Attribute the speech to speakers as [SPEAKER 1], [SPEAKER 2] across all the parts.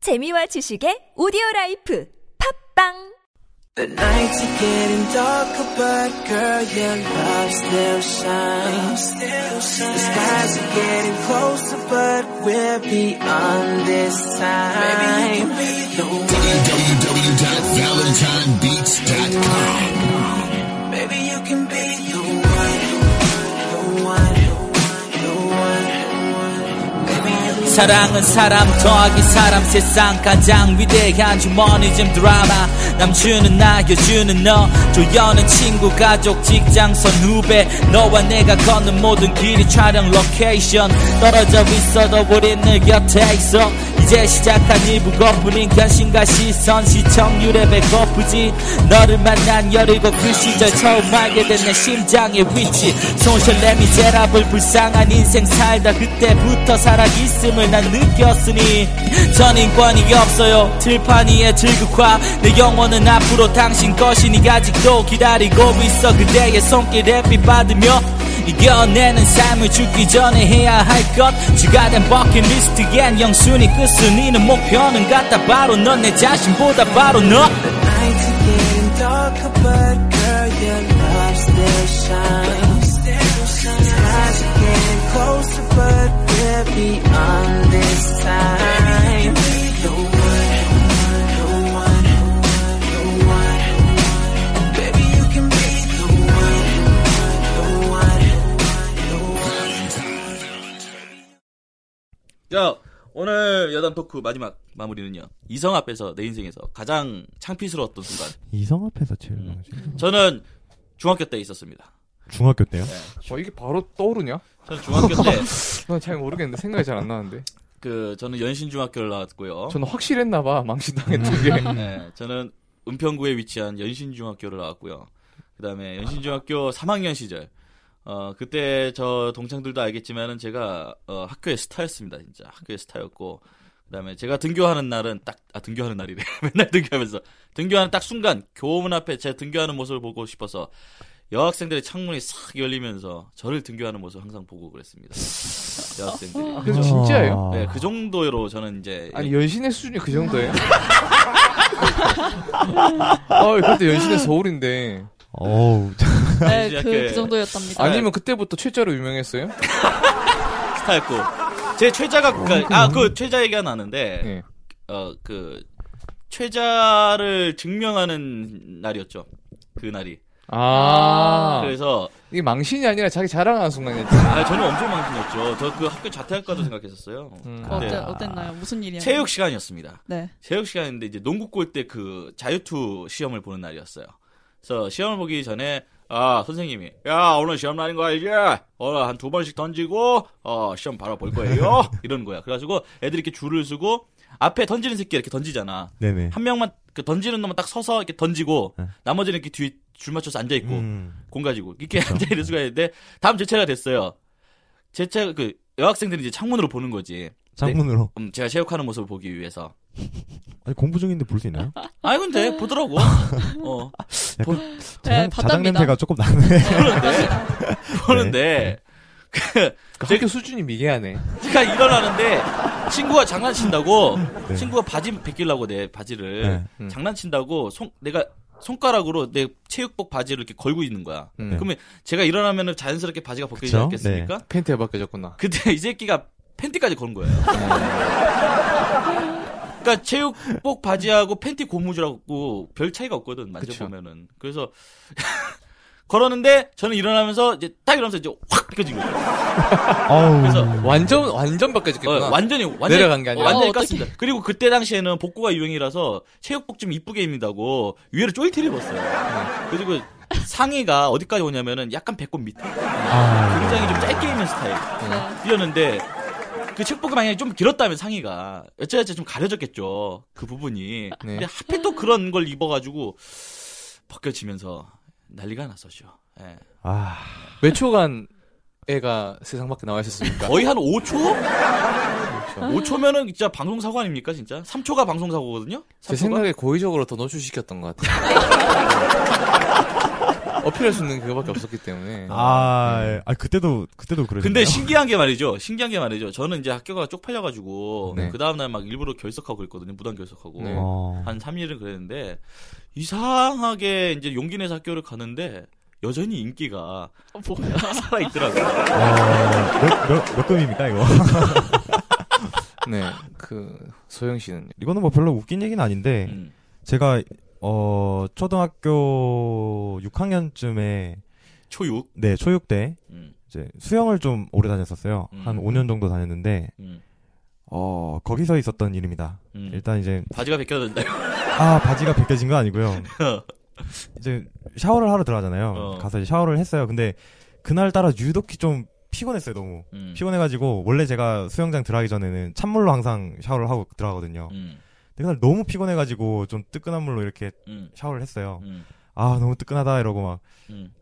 [SPEAKER 1] 재미와 지식의 오디오 라이프 팝빵
[SPEAKER 2] The nights are getting darker, but girl, your love still shines. The skies are getting closer, but we're beyond this time. Maybe you can be the one.
[SPEAKER 3] www.valentinebeats.com
[SPEAKER 2] Maybe you can be the one. The one. The one.
[SPEAKER 4] 사랑은 사람 더하기 사람 세상 가장 위대한 휴머니즘 드라마 남주는 나 여주는 너 조연은 친구 가족 직장 선후배 너와 내가 걷는 모든 길이 촬영 로케이션 떨어져 있어도 우린 늘 곁에 있어 이제 시작한 2부 거뿐인 관심과 시선 시청률에 배고프지 너를 만난 열이고 그 시절 처음 알게 된 내 심장의 위치 소셜 레미제라블 불쌍한 인생 살다 그때부터 살아있음을 난 느꼈으니 전 인권이 없어요 들판 위의 즐극화 내 영혼은 앞으로 당신 것이니 아직도 기다리고 있어 그대의 손길에 빛받으며 이겨내는 삶을 죽기 전에 해야 할 것 추가된 버킷리스트엔 영순이 끝은 이는 목표는 같다 바로 넌 내 자신보다 바로 너
[SPEAKER 2] The nights are getting darker, but girl, your love still shines. The skies are getting closer, but we're beyond this time. The one, the one, the one. Baby, you can be the one, the one, the one.
[SPEAKER 5] 자 오늘 여담 토크 마지막 마무리는요 이성 앞에서 내 인생에서 가장 창피스러웠던 순간
[SPEAKER 6] 이성 앞에서 제일
[SPEAKER 5] 음.
[SPEAKER 6] 나오지.
[SPEAKER 5] 저는 중학교 때 있었습니다
[SPEAKER 6] 중학교 때요?
[SPEAKER 7] 와 어, 이게 바로 떠오르냐?
[SPEAKER 5] 저는 중학교
[SPEAKER 7] 난 잘 모르겠는데 생각이 잘 안 나는데
[SPEAKER 5] 때 그 저는 연신중학교를 나왔고요
[SPEAKER 7] 저는 확실했나봐 망신당했던 게
[SPEAKER 5] 네, 저는 은평구에 위치한 연신중학교를 나왔고요 그다음에 연신중학교 3학년 시절 어 그때 저 동창들도 알겠지만은 제가 어, 학교의 스타였습니다 진짜 학교의 스타였고 그다음에 제가 등교하는 날은 딱 아 등교하는 날이래 맨날 등교하면서 등교하는 딱 순간 교문 앞에 제 등교하는 모습을 보고 싶어서 여학생들의 창문이 싹 열리면서 저를 등교하는 모습 항상 보고 그랬습니다 여학생들이
[SPEAKER 7] 그래서
[SPEAKER 6] 그렇죠. 아.
[SPEAKER 7] 진짜예요?
[SPEAKER 5] 네, 그 정도로 저는 이제
[SPEAKER 7] 아니 연신의 수준이 그 정도예요? 아 그때 연신의 서울인데
[SPEAKER 6] 어우,
[SPEAKER 8] 네,
[SPEAKER 5] 이제
[SPEAKER 8] 그,
[SPEAKER 5] 이렇게-
[SPEAKER 8] 그 정도였답니다.
[SPEAKER 7] 아니면 그때부터 최자로 유명했어요?
[SPEAKER 5] 스타였고 제 최자가 그러니까, 아그 최자 얘기가 나는데
[SPEAKER 7] 어. 예.
[SPEAKER 5] 어 그 최자를 증명하는 날이었죠 그 날이
[SPEAKER 7] 아
[SPEAKER 5] 그래서
[SPEAKER 7] 이게 망신이 아니라 자기 자랑하는 순간이었지
[SPEAKER 5] 아, 저는 엄청 망신이었죠 저 그 학교 자퇴할까도 생각했었어요
[SPEAKER 7] 음.
[SPEAKER 8] 어,
[SPEAKER 5] 네.
[SPEAKER 8] 어땠, 어땠나요? 무슨 일이야?
[SPEAKER 5] 체육 시간이었습니다
[SPEAKER 8] 네.
[SPEAKER 5] 체육 시간인데 이제 농구 골 때 그 자유투 시험을 보는 날이었어요. 그래서 시험을 보기 전에 아 선생님이 야 오늘 시험 날인 거야 이제 오늘 한 두 번씩 던지고 어 시험 바로 볼 거예요 이러는 거야. 그래가지고 애들이 이렇게 줄을 서고 앞에 던지는 새끼 이렇게 던지잖아.
[SPEAKER 6] 네네.
[SPEAKER 5] 한 명만 그 던지는 놈만 딱 서서 이렇게 던지고
[SPEAKER 6] 네.
[SPEAKER 5] 나머지는 이렇게 뒤에 줄 맞춰서 앉아 있고
[SPEAKER 6] 음,
[SPEAKER 5] 공 가지고 이렇게 앉아 있을 수가 있는데 다음 제 차례가 됐어요. 제 차례 그 여학생들이 이제 창문으로 보는 거지.
[SPEAKER 6] 창문으로.
[SPEAKER 5] 음, 제가 체육하는 모습을 보기 위해서.
[SPEAKER 6] 아니, 공부 중인데 볼 수 있나요?
[SPEAKER 5] 아니
[SPEAKER 6] 네.
[SPEAKER 5] 근데 보더라고. 어
[SPEAKER 8] 네,
[SPEAKER 6] 자장, 자장
[SPEAKER 8] 봤답니다.
[SPEAKER 6] 냄새가 조금 나네. 네.
[SPEAKER 5] 보는데
[SPEAKER 7] 그
[SPEAKER 5] 제-
[SPEAKER 7] 학교 수준이 미개하네
[SPEAKER 5] 제가 일어나는데 친구가 장난친다고
[SPEAKER 6] 네. 음.
[SPEAKER 5] 친구가 바지 벗기려고 내 바지를
[SPEAKER 7] 네.
[SPEAKER 5] 장난친다고 손 내가 손가락으로 내 체육복 바지를 이렇게 걸고 있는 거야.
[SPEAKER 7] 음.
[SPEAKER 6] 네.
[SPEAKER 5] 그러면 제가 일어나면은 자연스럽게 바지가 벗겨지지
[SPEAKER 6] 그쵸? 네.
[SPEAKER 5] 않겠습니까?
[SPEAKER 7] 팬티가 바뀌어졌구나
[SPEAKER 5] 그때 이 새끼가 팬티까지 건 거예요. 그러니까 체육복 바지하고 팬티 고무줄하고 별 차이가 없거든 만져보면은. 그래서 걸었는데 저는 일어나면서 이제 딱 일어나면서 이제 확 벗겨진 거예요.
[SPEAKER 6] 어우.
[SPEAKER 5] 그래서
[SPEAKER 7] 완전 완전
[SPEAKER 5] 어,
[SPEAKER 7] 바뀌어졌겠구나
[SPEAKER 5] 완전히 완전히
[SPEAKER 7] 내려간 게 아니라.
[SPEAKER 5] 완전히
[SPEAKER 8] 어, 어떡해.
[SPEAKER 5] 깠습니다. 그리고 그때 당시에는 복고가 유행이라서 체육복 좀 이쁘게 입는다고 위에를 쫄티를
[SPEAKER 7] 네.
[SPEAKER 5] 입었어요. 그리고 상의가 어디까지 오냐면은 약간 배꼽 밑에
[SPEAKER 6] 아,
[SPEAKER 5] 굉장히 좀 짧게 입는 스타일.
[SPEAKER 8] 네.
[SPEAKER 5] 이었는데 그 책보가 만약에 좀 길었다면 상의가 여차여차 좀 가려졌겠죠 그 부분이
[SPEAKER 7] 네.
[SPEAKER 5] 근데 하필 또 그런 걸 입어가지고 벗겨지면서 난리가 났었죠 예.
[SPEAKER 6] 아,
[SPEAKER 7] 몇 초간 애가 세상 밖에 나와 있었습니까?
[SPEAKER 5] 거의 한 5초?
[SPEAKER 7] 그렇죠.
[SPEAKER 5] 5초면은 진짜 방송사고 아닙니까 진짜 3초가 방송사고거든요
[SPEAKER 7] 제
[SPEAKER 5] 3초가?
[SPEAKER 7] 생각에 고의적으로 더 노출시켰던 것 같아요 어필할 수 있는 그거밖에 없었기 때문에.
[SPEAKER 6] 아, 예. 아 그때도 그때도
[SPEAKER 5] 네.
[SPEAKER 6] 그랬어요.
[SPEAKER 5] 근데 신기한 게 말이죠. 신기한 게 말이죠. 저는 이제 학교가 쪽팔려가지고
[SPEAKER 7] 네.
[SPEAKER 5] 그 다음날 막 일부러 결석하고 그랬거든요. 무단 결석하고
[SPEAKER 7] 네.
[SPEAKER 6] 어.
[SPEAKER 5] 한 3일은 그랬는데 이상하게 이제 용기 내서 학교를 가는데 여전히 인기가
[SPEAKER 8] 어, 뭐야.
[SPEAKER 5] 살아 있더라고요.
[SPEAKER 6] 어, 몇몇 금입니까 이거?
[SPEAKER 7] 네. 그, 소영 씨는.
[SPEAKER 6] 이거는 뭐 별로 웃긴 얘기는 아닌데
[SPEAKER 5] 음.
[SPEAKER 6] 제가 어 초등학교 6학년쯤에
[SPEAKER 5] 초육.
[SPEAKER 6] 네 초육 때
[SPEAKER 5] 음.
[SPEAKER 6] 이제 수영을 좀 오래 다녔었어요.
[SPEAKER 5] 음.
[SPEAKER 6] 한 5년 정도 다녔는데
[SPEAKER 5] 음.
[SPEAKER 6] 어 거기서 있었던 일입니다.
[SPEAKER 5] 음.
[SPEAKER 6] 일단 이제
[SPEAKER 5] 바지가 벗겨졌나요?
[SPEAKER 6] 아 바지가 벗겨진 거 아니고요. 이제 샤워를 하러 들어가잖아요.
[SPEAKER 5] 어.
[SPEAKER 6] 가서 이제 샤워를 했어요. 근데 그날 따라 유독히 좀 피곤했어요. 너무
[SPEAKER 5] 음.
[SPEAKER 6] 피곤해가지고 원래 제가 수영장 들어가기 전에는 찬물로 항상 샤워를 하고 들어가거든요.
[SPEAKER 5] 음.
[SPEAKER 6] 근데 그날 너무 피곤해가지고 좀 뜨끈한 물로 이렇게
[SPEAKER 5] 음.
[SPEAKER 6] 샤워를 했어요.
[SPEAKER 5] 음.
[SPEAKER 6] 아 너무 뜨끈하다 이러고
[SPEAKER 5] 음.
[SPEAKER 6] 막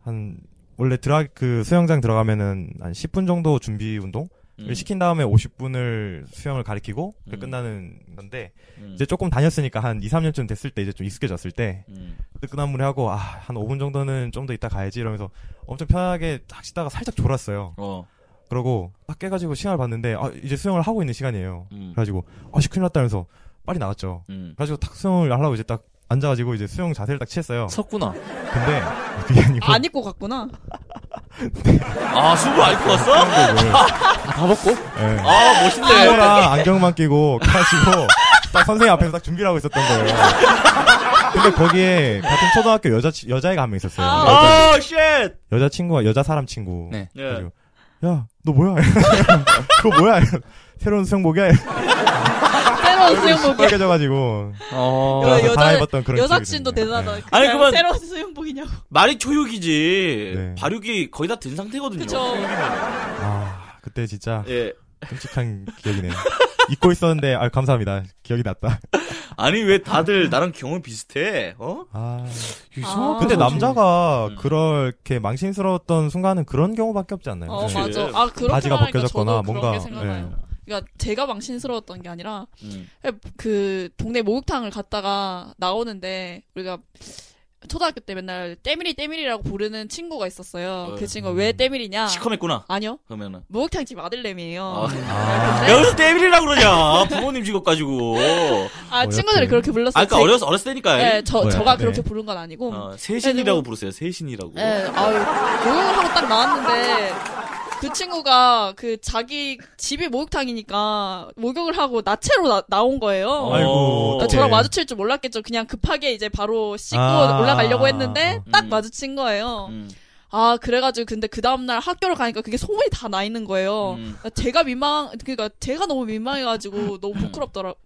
[SPEAKER 6] 한 원래 들어 그 수영장 들어가면은 한 10분 정도 준비 운동을
[SPEAKER 5] 음.
[SPEAKER 6] 시킨 다음에 50분을 수영을 가리키고 그게
[SPEAKER 5] 음.
[SPEAKER 6] 끝나는 건데
[SPEAKER 5] 음.
[SPEAKER 6] 이제 조금 다녔으니까 한 2, 3년쯤 됐을 때 이제 좀 익숙해졌을 때
[SPEAKER 5] 음.
[SPEAKER 6] 뜨끈한 물에 하고 아 한 5분 정도는 좀 더 있다 가야지 이러면서 엄청 편하게 딱 씻다가 살짝 졸았어요.
[SPEAKER 5] 어.
[SPEAKER 6] 그러고 딱 깨가지고 시간을 봤는데 아 이제 수영을 하고 있는 시간이에요.
[SPEAKER 5] 음.
[SPEAKER 6] 그래가지고 아씨 큰일 났다 하면서 빨리 나갔죠.
[SPEAKER 5] 음.
[SPEAKER 6] 그래가지고 딱 수영을 하려고 이제 딱 앉아가지고 이제 수영 자세를 딱 취했어요.
[SPEAKER 7] 섰구나.
[SPEAKER 6] 근데 그게 아니고
[SPEAKER 8] 안 입고 갔구나.
[SPEAKER 5] 아, 수부 안 입고 왔어?
[SPEAKER 7] 다 먹고?
[SPEAKER 6] 예.
[SPEAKER 5] 아, 멋있네.
[SPEAKER 6] 카메라 안경만 끼고 가지고 딱 선생님 앞에서 딱 준비를 하고 있었던 거예요. 근데 거기에 같은 초등학교 여자 치- 여자애가 한 명 있었어요. 네.
[SPEAKER 5] 아, 쉣!
[SPEAKER 6] 여자 친구가 여자 사람 친구.
[SPEAKER 7] 네.
[SPEAKER 5] 예.
[SPEAKER 6] 야, 너 뭐야? 그거 뭐야? 새로운 수영복이야?
[SPEAKER 8] 새로운 수영복이야.
[SPEAKER 6] 빨개져가지고.
[SPEAKER 7] 어.
[SPEAKER 8] 야,
[SPEAKER 6] 아, 그래서 다
[SPEAKER 8] 여자-
[SPEAKER 6] 해봤던 그런
[SPEAKER 8] 여사친도
[SPEAKER 6] 기억이 있네요.
[SPEAKER 8] 대단하다.
[SPEAKER 5] 아니,
[SPEAKER 8] 그냥
[SPEAKER 5] 그만-
[SPEAKER 8] 새로운 수영복이냐고.
[SPEAKER 5] 말이 초육이지.
[SPEAKER 6] 네.
[SPEAKER 5] 발육이 거의 다 된 상태거든요.
[SPEAKER 8] 그쵸.
[SPEAKER 6] 네. 아, 그때 진짜
[SPEAKER 5] 예.
[SPEAKER 6] 끔찍한 기억이네요. 잊고 있었는데, 아, 감사합니다. 기억이 났다.
[SPEAKER 5] 아니, 왜 다들 나랑 경험 비슷해? 어?
[SPEAKER 6] 아.
[SPEAKER 8] 이상하다,
[SPEAKER 6] 근데 남자가
[SPEAKER 5] 음.
[SPEAKER 6] 그렇게 망신스러웠던 순간은 그런 경우밖에 없지 않나요?
[SPEAKER 8] 어
[SPEAKER 5] 그치.
[SPEAKER 8] 맞아. 아 그렇게
[SPEAKER 6] 바지가
[SPEAKER 8] 말하니까
[SPEAKER 6] 벗겨졌거나
[SPEAKER 8] 저도
[SPEAKER 6] 뭔가, 네. 예.
[SPEAKER 8] 그런 게 생각나요. 그러니까 제가 망신스러웠던 게 아니라
[SPEAKER 5] 음.
[SPEAKER 8] 그 동네 목욕탕을 갔다가 나오는데 우리가 초등학교 때 맨날 때밀이 때밀이라고 부르는 친구가 있었어요.
[SPEAKER 5] 어.
[SPEAKER 8] 그 친구 가왜 때밀이냐?
[SPEAKER 5] 시커맸구나.
[SPEAKER 8] 아니요. 어.
[SPEAKER 5] 그러면은.
[SPEAKER 8] 목욕탕 집 아들내미예요. 네.
[SPEAKER 5] 아.
[SPEAKER 8] 근데-
[SPEAKER 5] 야, 무슨 때밀이라고 그러냐. 부모님 직업 가지고.
[SPEAKER 8] 아 친구들이
[SPEAKER 6] 어여튼.
[SPEAKER 8] 그렇게 불렀어요.
[SPEAKER 5] 아까 그러니까
[SPEAKER 6] 그러니까
[SPEAKER 8] 제-
[SPEAKER 5] 어렸, 어렸을 때니까.
[SPEAKER 8] 네, 저
[SPEAKER 6] 뭐야,
[SPEAKER 8] 저가
[SPEAKER 6] 네.
[SPEAKER 8] 그렇게 부른 건 아니고.
[SPEAKER 5] 어, 세신이라고 부르세요. 세신이라고.
[SPEAKER 8] 네, 아유, 목욕을 하고 딱 나왔는데, 그 친구가 그 자기 집이 목욕탕이니까 목욕을 하고 나체로 나, 나온 거예요.
[SPEAKER 6] 아이고.
[SPEAKER 5] 어,
[SPEAKER 8] 나 저랑
[SPEAKER 6] 어떡해.
[SPEAKER 8] 마주칠 줄 몰랐겠죠. 그냥 급하게 이제 바로 씻고
[SPEAKER 6] 아.
[SPEAKER 8] 올라가려고 했는데, 딱
[SPEAKER 5] 음.
[SPEAKER 8] 마주친 거예요.
[SPEAKER 5] 음,
[SPEAKER 8] 아, 그래가지고 근데 그 다음날 학교를 가니까 그게 소문이 다 나 있는 거예요.
[SPEAKER 5] 음.
[SPEAKER 8] 제가 민망, 그니까 제가 너무 민망해가지고 너무 부끄럽더라고요.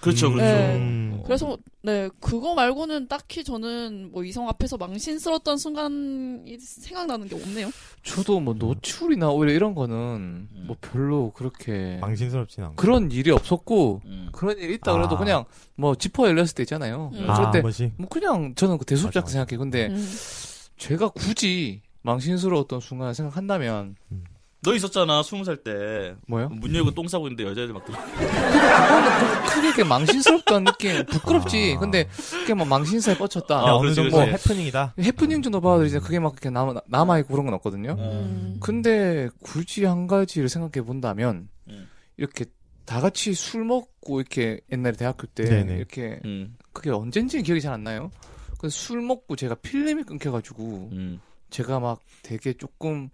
[SPEAKER 5] 그렇죠, 그렇죠.
[SPEAKER 8] 네.
[SPEAKER 6] 음.
[SPEAKER 8] 그래서 네 그거 말고는 딱히 저는 뭐 이성 앞에서 망신스러웠던 순간이 생각나는 게 없네요.
[SPEAKER 7] 저도 뭐 노출이나 오히려 이런 거는
[SPEAKER 5] 음.
[SPEAKER 7] 뭐 별로 그렇게
[SPEAKER 6] 망신스럽진 않고.
[SPEAKER 7] 그런 일이 없었고
[SPEAKER 5] 음.
[SPEAKER 7] 그런 일이 있다 그래도
[SPEAKER 6] 아.
[SPEAKER 7] 그냥 뭐 지퍼 열렸을 때 있잖아요.
[SPEAKER 8] 음.
[SPEAKER 7] 뭐
[SPEAKER 6] 아,
[SPEAKER 7] 그럴
[SPEAKER 6] 한
[SPEAKER 7] 때
[SPEAKER 6] 번씩.
[SPEAKER 7] 뭐 그냥 저는 그 대수롭지 않게
[SPEAKER 6] 맞아,
[SPEAKER 7] 생각해. 근데
[SPEAKER 8] 음.
[SPEAKER 7] 제가 굳이 망신스러웠던 순간을 생각한다면
[SPEAKER 5] 너 있었잖아, 스무 살 때.
[SPEAKER 7] 뭐요?
[SPEAKER 5] 문 열고 똥 싸고 있는데 여자애들 막 들어.
[SPEAKER 7] 그거는 크게 이렇게 망신스럽다는 느낌 부끄럽지.
[SPEAKER 6] 아.
[SPEAKER 7] 근데 그게 막 망신사에 뻗쳤다.
[SPEAKER 5] 아,
[SPEAKER 6] 그냥 어느
[SPEAKER 5] 그렇지,
[SPEAKER 6] 정도
[SPEAKER 5] 그렇지.
[SPEAKER 6] 해프닝이다.
[SPEAKER 7] 해프닝 정도 봐도 이제 그게 막 이렇게 남아 남아 있고 그런 건 없거든요.
[SPEAKER 8] 음.
[SPEAKER 7] 근데 굳이 한 가지를 생각해 본다면
[SPEAKER 5] 음.
[SPEAKER 7] 이렇게 다 같이 술 먹고 이렇게 옛날에 대학교 때
[SPEAKER 6] 네네.
[SPEAKER 7] 이렇게
[SPEAKER 5] 음,
[SPEAKER 7] 그게 언젠지 기억이 잘 안 나요. 그 술 먹고 제가 필름이 끊겨가지고
[SPEAKER 5] 음,
[SPEAKER 7] 제가 막 되게 조금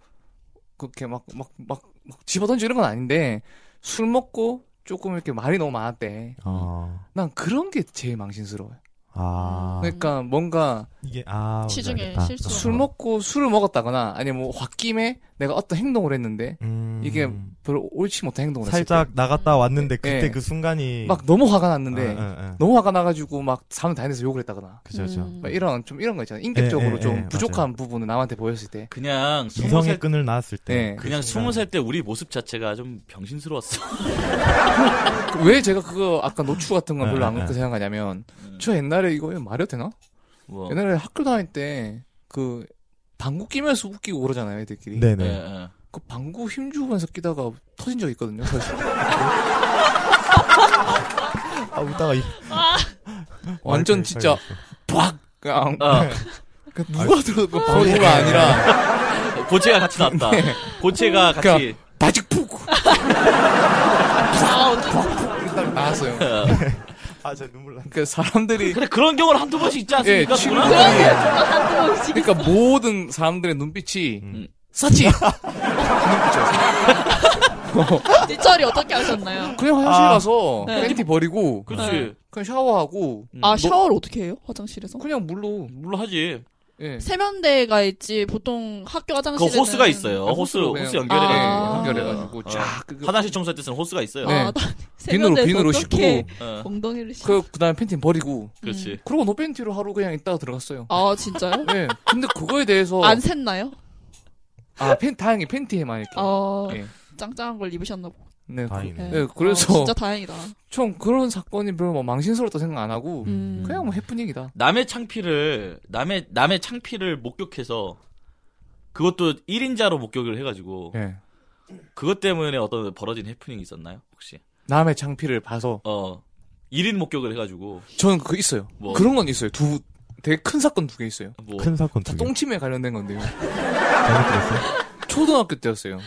[SPEAKER 7] 그렇게 막 막 막 집어던지 이런 건 아닌데 술 먹고 조금 이렇게 말이 너무 많았대.
[SPEAKER 6] 어.
[SPEAKER 7] 난 그런 게 제일 망신스러워요.
[SPEAKER 6] 아.
[SPEAKER 7] 그러니까 뭔가
[SPEAKER 6] 이게, 아. 뭔지
[SPEAKER 8] 시중에
[SPEAKER 6] 알겠다.
[SPEAKER 8] 네. 실수.
[SPEAKER 7] 술 먹고 술을 먹었다거나 아니면 뭐 홧김에 내가 어떤 행동을 했는데
[SPEAKER 6] 음.
[SPEAKER 7] 이게 별로 옳지 못한 행동을
[SPEAKER 6] 살짝 나갔다 왔는데 그때
[SPEAKER 7] 네.
[SPEAKER 6] 그 순간이
[SPEAKER 7] 했을 때 막 너무 화가 났는데
[SPEAKER 6] 아, 아, 아.
[SPEAKER 7] 너무 화가 나가지고 막 사람 다니면서 욕을 했다거나
[SPEAKER 6] 그죠 그죠
[SPEAKER 8] 음.
[SPEAKER 7] 막 이런 좀 이런 거 있잖아요. 인격적으로
[SPEAKER 6] 예, 예,
[SPEAKER 7] 좀
[SPEAKER 6] 예,
[SPEAKER 7] 부족한 부분을 남한테 보였을 때
[SPEAKER 5] 그냥 스무
[SPEAKER 6] 이성의
[SPEAKER 5] 살
[SPEAKER 6] 끈을 낳았을 때
[SPEAKER 7] 네.
[SPEAKER 5] 그냥
[SPEAKER 6] 순간.
[SPEAKER 5] 스무 살 때 우리 모습 자체가 좀 병신스러웠어.
[SPEAKER 7] 그왜 제가 그거 아까 노출 같은 건 별로 안
[SPEAKER 6] 예, 예,
[SPEAKER 7] 그렇게
[SPEAKER 6] 예.
[SPEAKER 7] 생각하냐면
[SPEAKER 5] 음,
[SPEAKER 7] 저 옛날에 이거 말해도 되나?
[SPEAKER 5] 뭐.
[SPEAKER 7] 옛날에 학교 다닐 때 그 방구 끼면서 웃기고 그러잖아요, 애들끼리.
[SPEAKER 5] 예,
[SPEAKER 6] 네네
[SPEAKER 5] 예.
[SPEAKER 7] 그 방구 힘주면서 끼다가 터진 적 있거든요. 사실.
[SPEAKER 6] 아 웃다가 이-
[SPEAKER 7] 완전 진짜
[SPEAKER 6] 와이프가
[SPEAKER 7] 팍 그냥
[SPEAKER 5] 아,
[SPEAKER 7] 누가 들어도 그
[SPEAKER 3] 서로가
[SPEAKER 5] 어.
[SPEAKER 3] 아니라
[SPEAKER 5] 예. 고체가 같이 났다.
[SPEAKER 7] 네. 음,
[SPEAKER 5] 고체가
[SPEAKER 7] 그러니까
[SPEAKER 5] 같이
[SPEAKER 7] 바직 푹
[SPEAKER 8] 아, 어떡해.
[SPEAKER 7] 이렇게 나왔어요.
[SPEAKER 6] 아, 제 눈물
[SPEAKER 5] 네.
[SPEAKER 6] 나.
[SPEAKER 7] 그러니까 사람들이
[SPEAKER 5] 근데 그런 경우는 한두 번씩 있지 않습니까?
[SPEAKER 7] 예,
[SPEAKER 5] 누나?
[SPEAKER 7] 친구가-
[SPEAKER 8] 네. 한 번씩.
[SPEAKER 7] 그러니까 모든 사람들의 눈빛이
[SPEAKER 5] 음.
[SPEAKER 7] 사치 눈빛이었어요.
[SPEAKER 8] 뒷처리 어떻게 하셨나요?
[SPEAKER 7] 그냥 화장실
[SPEAKER 6] 아.
[SPEAKER 7] 가서
[SPEAKER 8] 네.
[SPEAKER 7] 팬티 버리고 네.
[SPEAKER 5] 그렇지.
[SPEAKER 7] 그냥 샤워하고
[SPEAKER 5] 음.
[SPEAKER 8] 아, 샤워를 어떻게 해요? 화장실에서?
[SPEAKER 7] 그냥 물로
[SPEAKER 5] 물론 하지.
[SPEAKER 7] 예.
[SPEAKER 8] 세면대가 있지, 보통
[SPEAKER 5] 그
[SPEAKER 8] 학교 화장실에는.
[SPEAKER 5] 호스가 있어요. 호스
[SPEAKER 7] 호스로 그냥-
[SPEAKER 5] 호스
[SPEAKER 8] 아.
[SPEAKER 5] 연결해가지고.
[SPEAKER 7] 연결해가지고
[SPEAKER 5] 어.
[SPEAKER 7] 쫙 그-
[SPEAKER 5] 화장실 청소할 때 쓰는 호스가 있어요.
[SPEAKER 8] 아,
[SPEAKER 7] 네.
[SPEAKER 8] 나
[SPEAKER 7] 비누로
[SPEAKER 8] 세면대에서
[SPEAKER 7] 비누로
[SPEAKER 8] 어떻게
[SPEAKER 7] 씻고
[SPEAKER 5] 어,
[SPEAKER 8] 엉덩이를 씻
[SPEAKER 7] 그 그다음에 팬티는 버리고
[SPEAKER 5] 그렇지.
[SPEAKER 7] 그러고 노 팬티로 하루 그냥 있다가 들어갔어요.
[SPEAKER 8] 아, 진짜요?
[SPEAKER 7] 예. 근데 그거에 대해서
[SPEAKER 8] 안 샜나요?
[SPEAKER 7] 아, 팬 다행히 팬티에만 이렇게.
[SPEAKER 8] 어,
[SPEAKER 7] 예.
[SPEAKER 8] 짱짱한 걸 입으셨나 보고.
[SPEAKER 7] 네. 그-
[SPEAKER 6] 다행이네.
[SPEAKER 7] 네, 그래서-
[SPEAKER 8] 아, 진짜 다행이다.
[SPEAKER 7] 좀 그런 사건이 별로 뭐 망신스럽다 생각 안 하고
[SPEAKER 8] 음.
[SPEAKER 7] 그냥 뭐 해프닝이다.
[SPEAKER 5] 남의 창피를 남의 남의 창피를 목격해서 그것도 1인자로 목격을 해가지고
[SPEAKER 7] 예.
[SPEAKER 5] 그것 때문에 어떤 벌어진 해프닝이 있었나요 혹시?
[SPEAKER 7] 남의 창피를 봐서
[SPEAKER 5] 어 1인 목격을 해가지고
[SPEAKER 7] 저는 그거 있어요.
[SPEAKER 5] 뭐?
[SPEAKER 7] 그런 건 있어요. 두 되게 큰 사건 두 개 있어요.
[SPEAKER 5] 뭐
[SPEAKER 6] 큰 사건
[SPEAKER 7] 다
[SPEAKER 6] 두 개.
[SPEAKER 7] 똥침에 관련된 건데요.
[SPEAKER 6] 잘못 들었어요?
[SPEAKER 7] 초등학교 때였어요.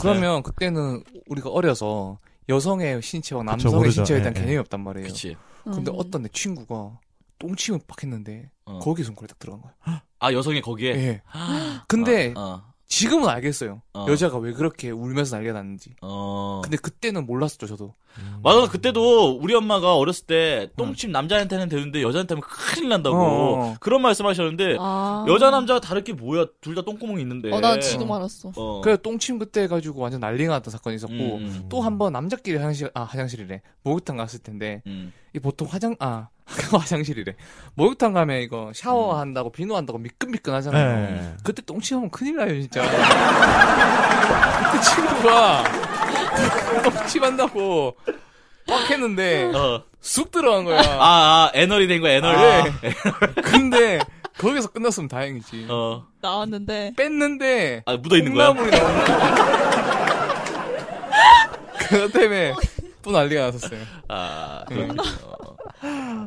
[SPEAKER 7] 그러면 그때는 우리가 어려서 여성의 신체와 남성의
[SPEAKER 6] 모르죠.
[SPEAKER 7] 신체에 대한
[SPEAKER 6] 예, 예.
[SPEAKER 7] 개념이 없단 말이에요.
[SPEAKER 5] 그치.
[SPEAKER 7] 근데
[SPEAKER 8] 음.
[SPEAKER 7] 어떤 내 친구가 똥침을 팍 했는데
[SPEAKER 5] 어.
[SPEAKER 7] 거기 손가락이 딱 들어간 거야.
[SPEAKER 5] 아 여성이 거기에.
[SPEAKER 7] 예. 근데
[SPEAKER 5] 어,
[SPEAKER 7] 지금은 알겠어요.
[SPEAKER 5] 어.
[SPEAKER 7] 여자가 왜 그렇게 울면서 난리가 났는지.
[SPEAKER 5] 어, 어.
[SPEAKER 7] 근데 그때는 몰랐었죠, 저도.
[SPEAKER 5] 맞아 그때도 우리 엄마가 어렸을 때 똥침 남자한테는 되는데 여자한테는 큰일 난다고
[SPEAKER 7] 어.
[SPEAKER 5] 그런 말씀하셨는데
[SPEAKER 8] 아.
[SPEAKER 5] 여자 남자 다를 게 뭐야 둘 다 똥구멍이
[SPEAKER 7] 네.
[SPEAKER 5] 있는데.
[SPEAKER 8] 어, 나 지금 알았어.
[SPEAKER 5] 어.
[SPEAKER 7] 그래서 뭐. 똥침 그때 해가지고 완전 난리가 났던 사건이 있었고
[SPEAKER 5] 음,
[SPEAKER 7] 또 한 번 남자끼리 화장실 아 화장실이래 목욕탕 갔을 텐데
[SPEAKER 5] 음.
[SPEAKER 7] 이 보통 화장 아 화장실이래 목욕탕 가면 이거 샤워한다고
[SPEAKER 5] 음.
[SPEAKER 7] 비누한다고 미끈미끈하잖아요
[SPEAKER 6] 네.
[SPEAKER 7] 그때 똥침하면 큰일 나요 진짜 그때 친구가 똥침한다고 빡 했는데
[SPEAKER 5] 어.
[SPEAKER 7] 쑥 들어간 거야
[SPEAKER 5] 아, 아, 애널이 된 거야, 애널.
[SPEAKER 7] 예. 근데 거기서 끝났으면 다행이지
[SPEAKER 5] 어.
[SPEAKER 8] 나왔는데.
[SPEAKER 7] 뺐는데
[SPEAKER 5] 아, 묻어 있는 거야?
[SPEAKER 7] 콩나물이 나오는 거야. 그것 때문에 또 난리가 났었어요.
[SPEAKER 5] 아,
[SPEAKER 7] 네.
[SPEAKER 5] 그렇군요.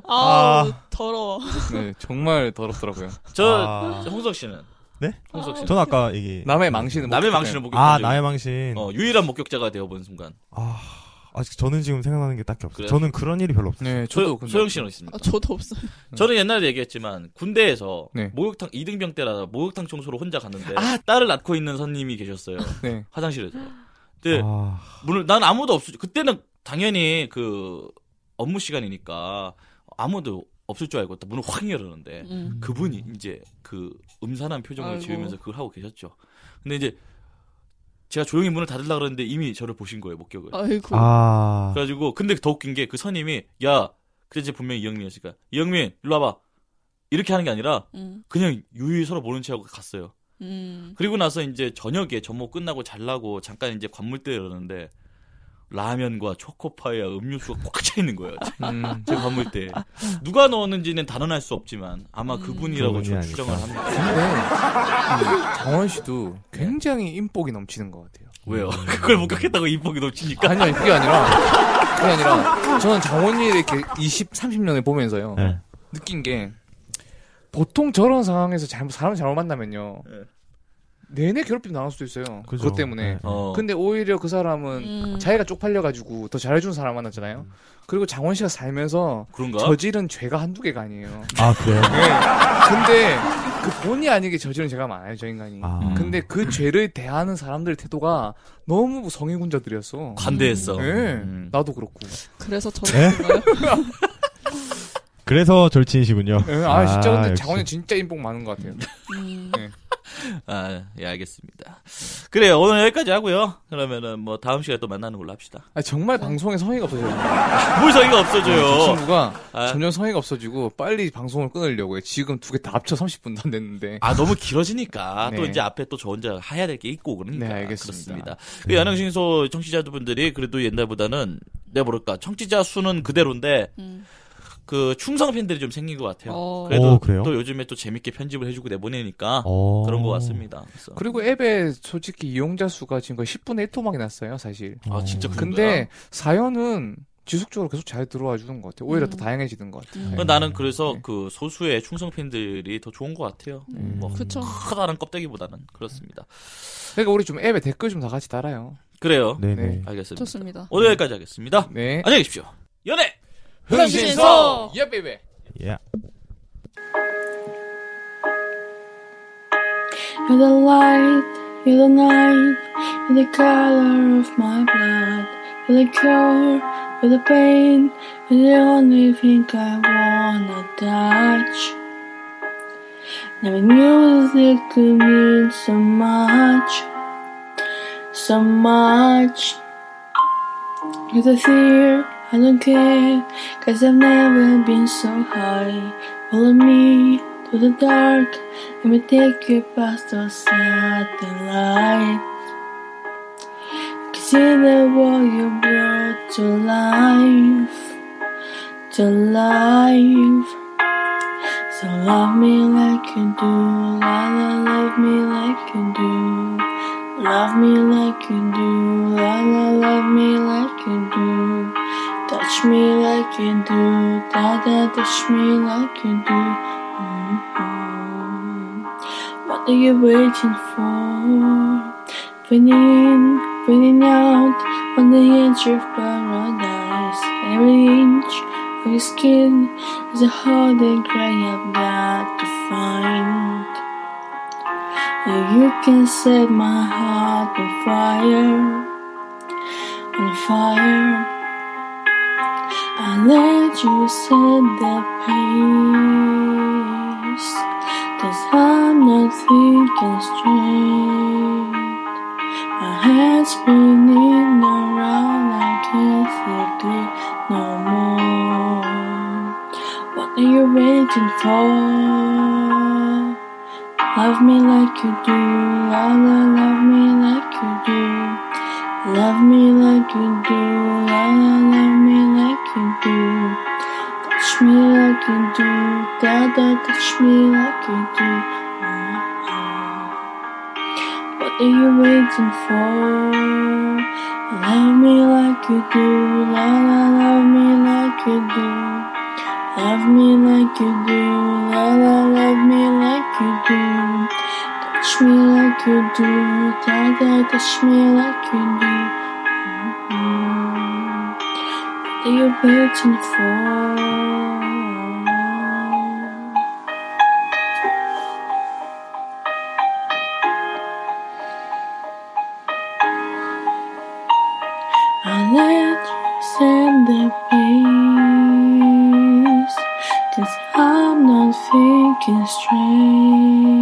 [SPEAKER 8] 아우, 더러워.
[SPEAKER 7] 네, 정말 더럽더라고요.
[SPEAKER 5] 저,
[SPEAKER 6] 아.
[SPEAKER 5] 홍석 씨는?
[SPEAKER 6] 네?
[SPEAKER 5] 홍석 씨는?
[SPEAKER 6] 전 아까 얘기.
[SPEAKER 7] 남의 망신을
[SPEAKER 5] 남의
[SPEAKER 7] 못
[SPEAKER 5] 망신을 목격한
[SPEAKER 6] 아,
[SPEAKER 5] 적이-
[SPEAKER 6] 나의 망신.
[SPEAKER 5] 어, 유일한 목격자가 되어본 순간.
[SPEAKER 6] 아, 아직 저는 지금 생각나는 게 딱히 없어요.
[SPEAKER 5] 그래요?
[SPEAKER 6] 저는 그런 일이 별로 없어요.
[SPEAKER 7] 네,
[SPEAKER 5] 소,
[SPEAKER 7] 저도 근데
[SPEAKER 5] 소영 씨는 있습니까?
[SPEAKER 8] 아, 저도 없어요.
[SPEAKER 5] 저는 옛날에 얘기했지만, 군대에서
[SPEAKER 7] 네.
[SPEAKER 5] 목욕탕, 이등병 때라 목욕탕 청소로 혼자 갔는데, 딸을 낳고 있는 선님이 계셨어요.
[SPEAKER 7] 네.
[SPEAKER 5] 화장실에서. 근데,
[SPEAKER 6] 아,
[SPEAKER 5] 물론 난 아무도 없을 그때는 당연히 그 업무 시간이니까 아무도 없을 줄 알고 딱 문을 확 열었는데
[SPEAKER 8] 음.
[SPEAKER 5] 그분이 이제 그 음산한 표정을
[SPEAKER 8] 아이고.
[SPEAKER 5] 지으면서 그걸 하고 계셨죠. 근데 이제 제가 조용히 문을 닫으려고 그러는데 이미 저를 보신 거예요, 목격을.
[SPEAKER 8] 아이고.
[SPEAKER 6] 아,
[SPEAKER 5] 그래가지고 근데 더 웃긴 게 그 선임이 야 그때 이제 분명히 이영민이었으니까 이영민 일로 와봐 이렇게 하는 게 아니라
[SPEAKER 8] 음.
[SPEAKER 5] 그냥 유유히 서로 모른 체하고 갔어요.
[SPEAKER 8] 음.
[SPEAKER 5] 그리고 나서 이제 저녁에 전모 끝나고 잘라고 잠깐 이제 관물대에 이러는데 라면과 초코파이와 음료수가 꽉 차 있는 거예요.
[SPEAKER 7] 음,
[SPEAKER 5] 제 관물대에. 누가 넣었는지는 단언할 수 없지만 아마
[SPEAKER 8] 음.
[SPEAKER 5] 그분이라고
[SPEAKER 6] 그분이
[SPEAKER 5] 저
[SPEAKER 6] 아닐까.
[SPEAKER 5] 추정을 합니다.
[SPEAKER 7] 근데 이 장원 씨도 굉장히 인복이 넘치는 것 같아요.
[SPEAKER 5] 왜요?
[SPEAKER 7] 음.
[SPEAKER 5] 그걸 목격했다고 인복이 넘치니까?
[SPEAKER 7] 아니, 아니, 그게 아니라, 그게 아니라, 저는 장원이를 이렇게 20, 30년을 보면서요,
[SPEAKER 6] 네.
[SPEAKER 7] 느낀 게, 보통 저런 상황에서 잘못, 사람 잘못 만나면요,
[SPEAKER 5] 네.
[SPEAKER 7] 내내 괴롭힘 당할 수도 있어요. 그것 때문에.
[SPEAKER 6] 네.
[SPEAKER 5] 어.
[SPEAKER 7] 근데 오히려 그 사람은
[SPEAKER 8] 음.
[SPEAKER 7] 자기가 쪽팔려가지고 더 잘해주는 사람 만났잖아요.
[SPEAKER 5] 음.
[SPEAKER 7] 그리고 장원 씨가 살면서
[SPEAKER 5] 그런가?
[SPEAKER 7] 저지른 죄가 한두 개가 아니에요.
[SPEAKER 6] 아, 그래요?
[SPEAKER 7] 근데 그 본의 아니게 저지른 죄가 많아요, 저 인간이.
[SPEAKER 6] 아.
[SPEAKER 7] 근데
[SPEAKER 5] 음.
[SPEAKER 7] 그 죄를 대하는 사람들의 태도가 너무 성인군자들이었어.
[SPEAKER 5] 관대했어.
[SPEAKER 7] 예.
[SPEAKER 5] 음.
[SPEAKER 7] 나도 그렇고.
[SPEAKER 8] 그래서 저는 그런가요?
[SPEAKER 6] 그래서 절친이시군요.
[SPEAKER 7] 예, 아, 진짜 근데
[SPEAKER 6] 역시.
[SPEAKER 7] 장원이 진짜 인복 많은 것 같아요.
[SPEAKER 8] 음.
[SPEAKER 5] 아, 예, 알겠습니다. 그래요. 오늘 여기까지 하고요. 그러면은 뭐 다음 시간에 또 만나는 걸로 합시다.
[SPEAKER 7] 아, 정말 방송에 성의가 없어져요.
[SPEAKER 5] 뭘 성의가
[SPEAKER 7] 음, 저
[SPEAKER 5] 없어져요.
[SPEAKER 7] 친구가
[SPEAKER 5] 아.
[SPEAKER 7] 점점 성의가 없어지고 빨리 방송을 끊으려고 해요. 지금 두 개 다 합쳐 30분도 안 됐는데.
[SPEAKER 5] 아 너무 길어지니까
[SPEAKER 7] 네.
[SPEAKER 5] 또 이제 앞에 또 저 혼자 해야 될 게 있고 그러니까
[SPEAKER 7] 네, 알겠습니다.
[SPEAKER 5] 그렇습니다. 그 연흥신소 청취자분들이 그래도 옛날보다는 내가 뭐랄까 청취자 수는 그대로인데
[SPEAKER 8] 음.
[SPEAKER 5] 그 충성 팬들이 좀 생긴 것 같아요.
[SPEAKER 8] 어.
[SPEAKER 5] 그래도
[SPEAKER 6] 오, 그래요?
[SPEAKER 5] 또 요즘에 또 재밌게 편집을 해주고 내보내니까
[SPEAKER 6] 어.
[SPEAKER 5] 그런 것 같습니다. 그래서
[SPEAKER 7] 그리고 앱에 솔직히 이용자 수가 지금 거의 10분의 1토막이 났어요, 사실.
[SPEAKER 5] 아 진짜 그런가요?
[SPEAKER 7] 근데 사연은 지속적으로 계속 잘 들어와 주는 것 같아요. 오히려 더 다양해지는 것 같아요.
[SPEAKER 8] 음.
[SPEAKER 5] 그러니까 나는 그래서
[SPEAKER 7] 네.
[SPEAKER 5] 그 소수의 충성 팬들이 더 좋은 것 같아요.
[SPEAKER 8] 음.
[SPEAKER 5] 뭐
[SPEAKER 8] 그쵸.
[SPEAKER 5] 커다란 껍데기보다는 그렇습니다.
[SPEAKER 7] 그러니까 우리 좀 앱에 댓글 좀 다 같이 달아요.
[SPEAKER 5] 그래요.
[SPEAKER 6] 네네.
[SPEAKER 5] 알겠습니다.
[SPEAKER 8] 좋습니다.
[SPEAKER 5] 오늘 여기까지 하겠습니다.
[SPEAKER 7] 네.
[SPEAKER 5] 안녕히 계십시오. 연애
[SPEAKER 8] 아, 흥신소!
[SPEAKER 7] 예, 베이베.
[SPEAKER 6] 예.
[SPEAKER 3] You're the light, you're the night, you're the color of my blood. You're the cure, you're the pain, you're the only thing I wanna touch. Never knew this could mean so much, so much. You're the fear, I don't care, cause I've never been so high. Follow me to the dark, let me take you past the satellite. I can see the world you brought to life, to life. So love me like you do, la la, love me like you do. Love me like you do, la la, love me like you do. Touch me like you do, da da, touch me like you do. Mhm. What are you waiting for? Bring in, bring it out on the edge of paradise. Every inch of your skin is a holy grail I've got to find. You can set my heart on fire, on fire. I let you set the pace, cause I'm not thinking straight. My head's spinning around, I can't think clear no more. What are you waiting for? Love me like you do, la la, love me like you do. Love me like you do, la la, love me like you do. Touch me like you do, da da, touch me like you do. Mm-hmm. Mm-mm. What are you waiting for? Love me like you do, la la, love me like you do. Love me like you do, la la, love me like you do. Touch me like you do, da da, touch me like you do. Mm-hmm. What are you waiting for? I let you send the pace Cause I'm not thinking straight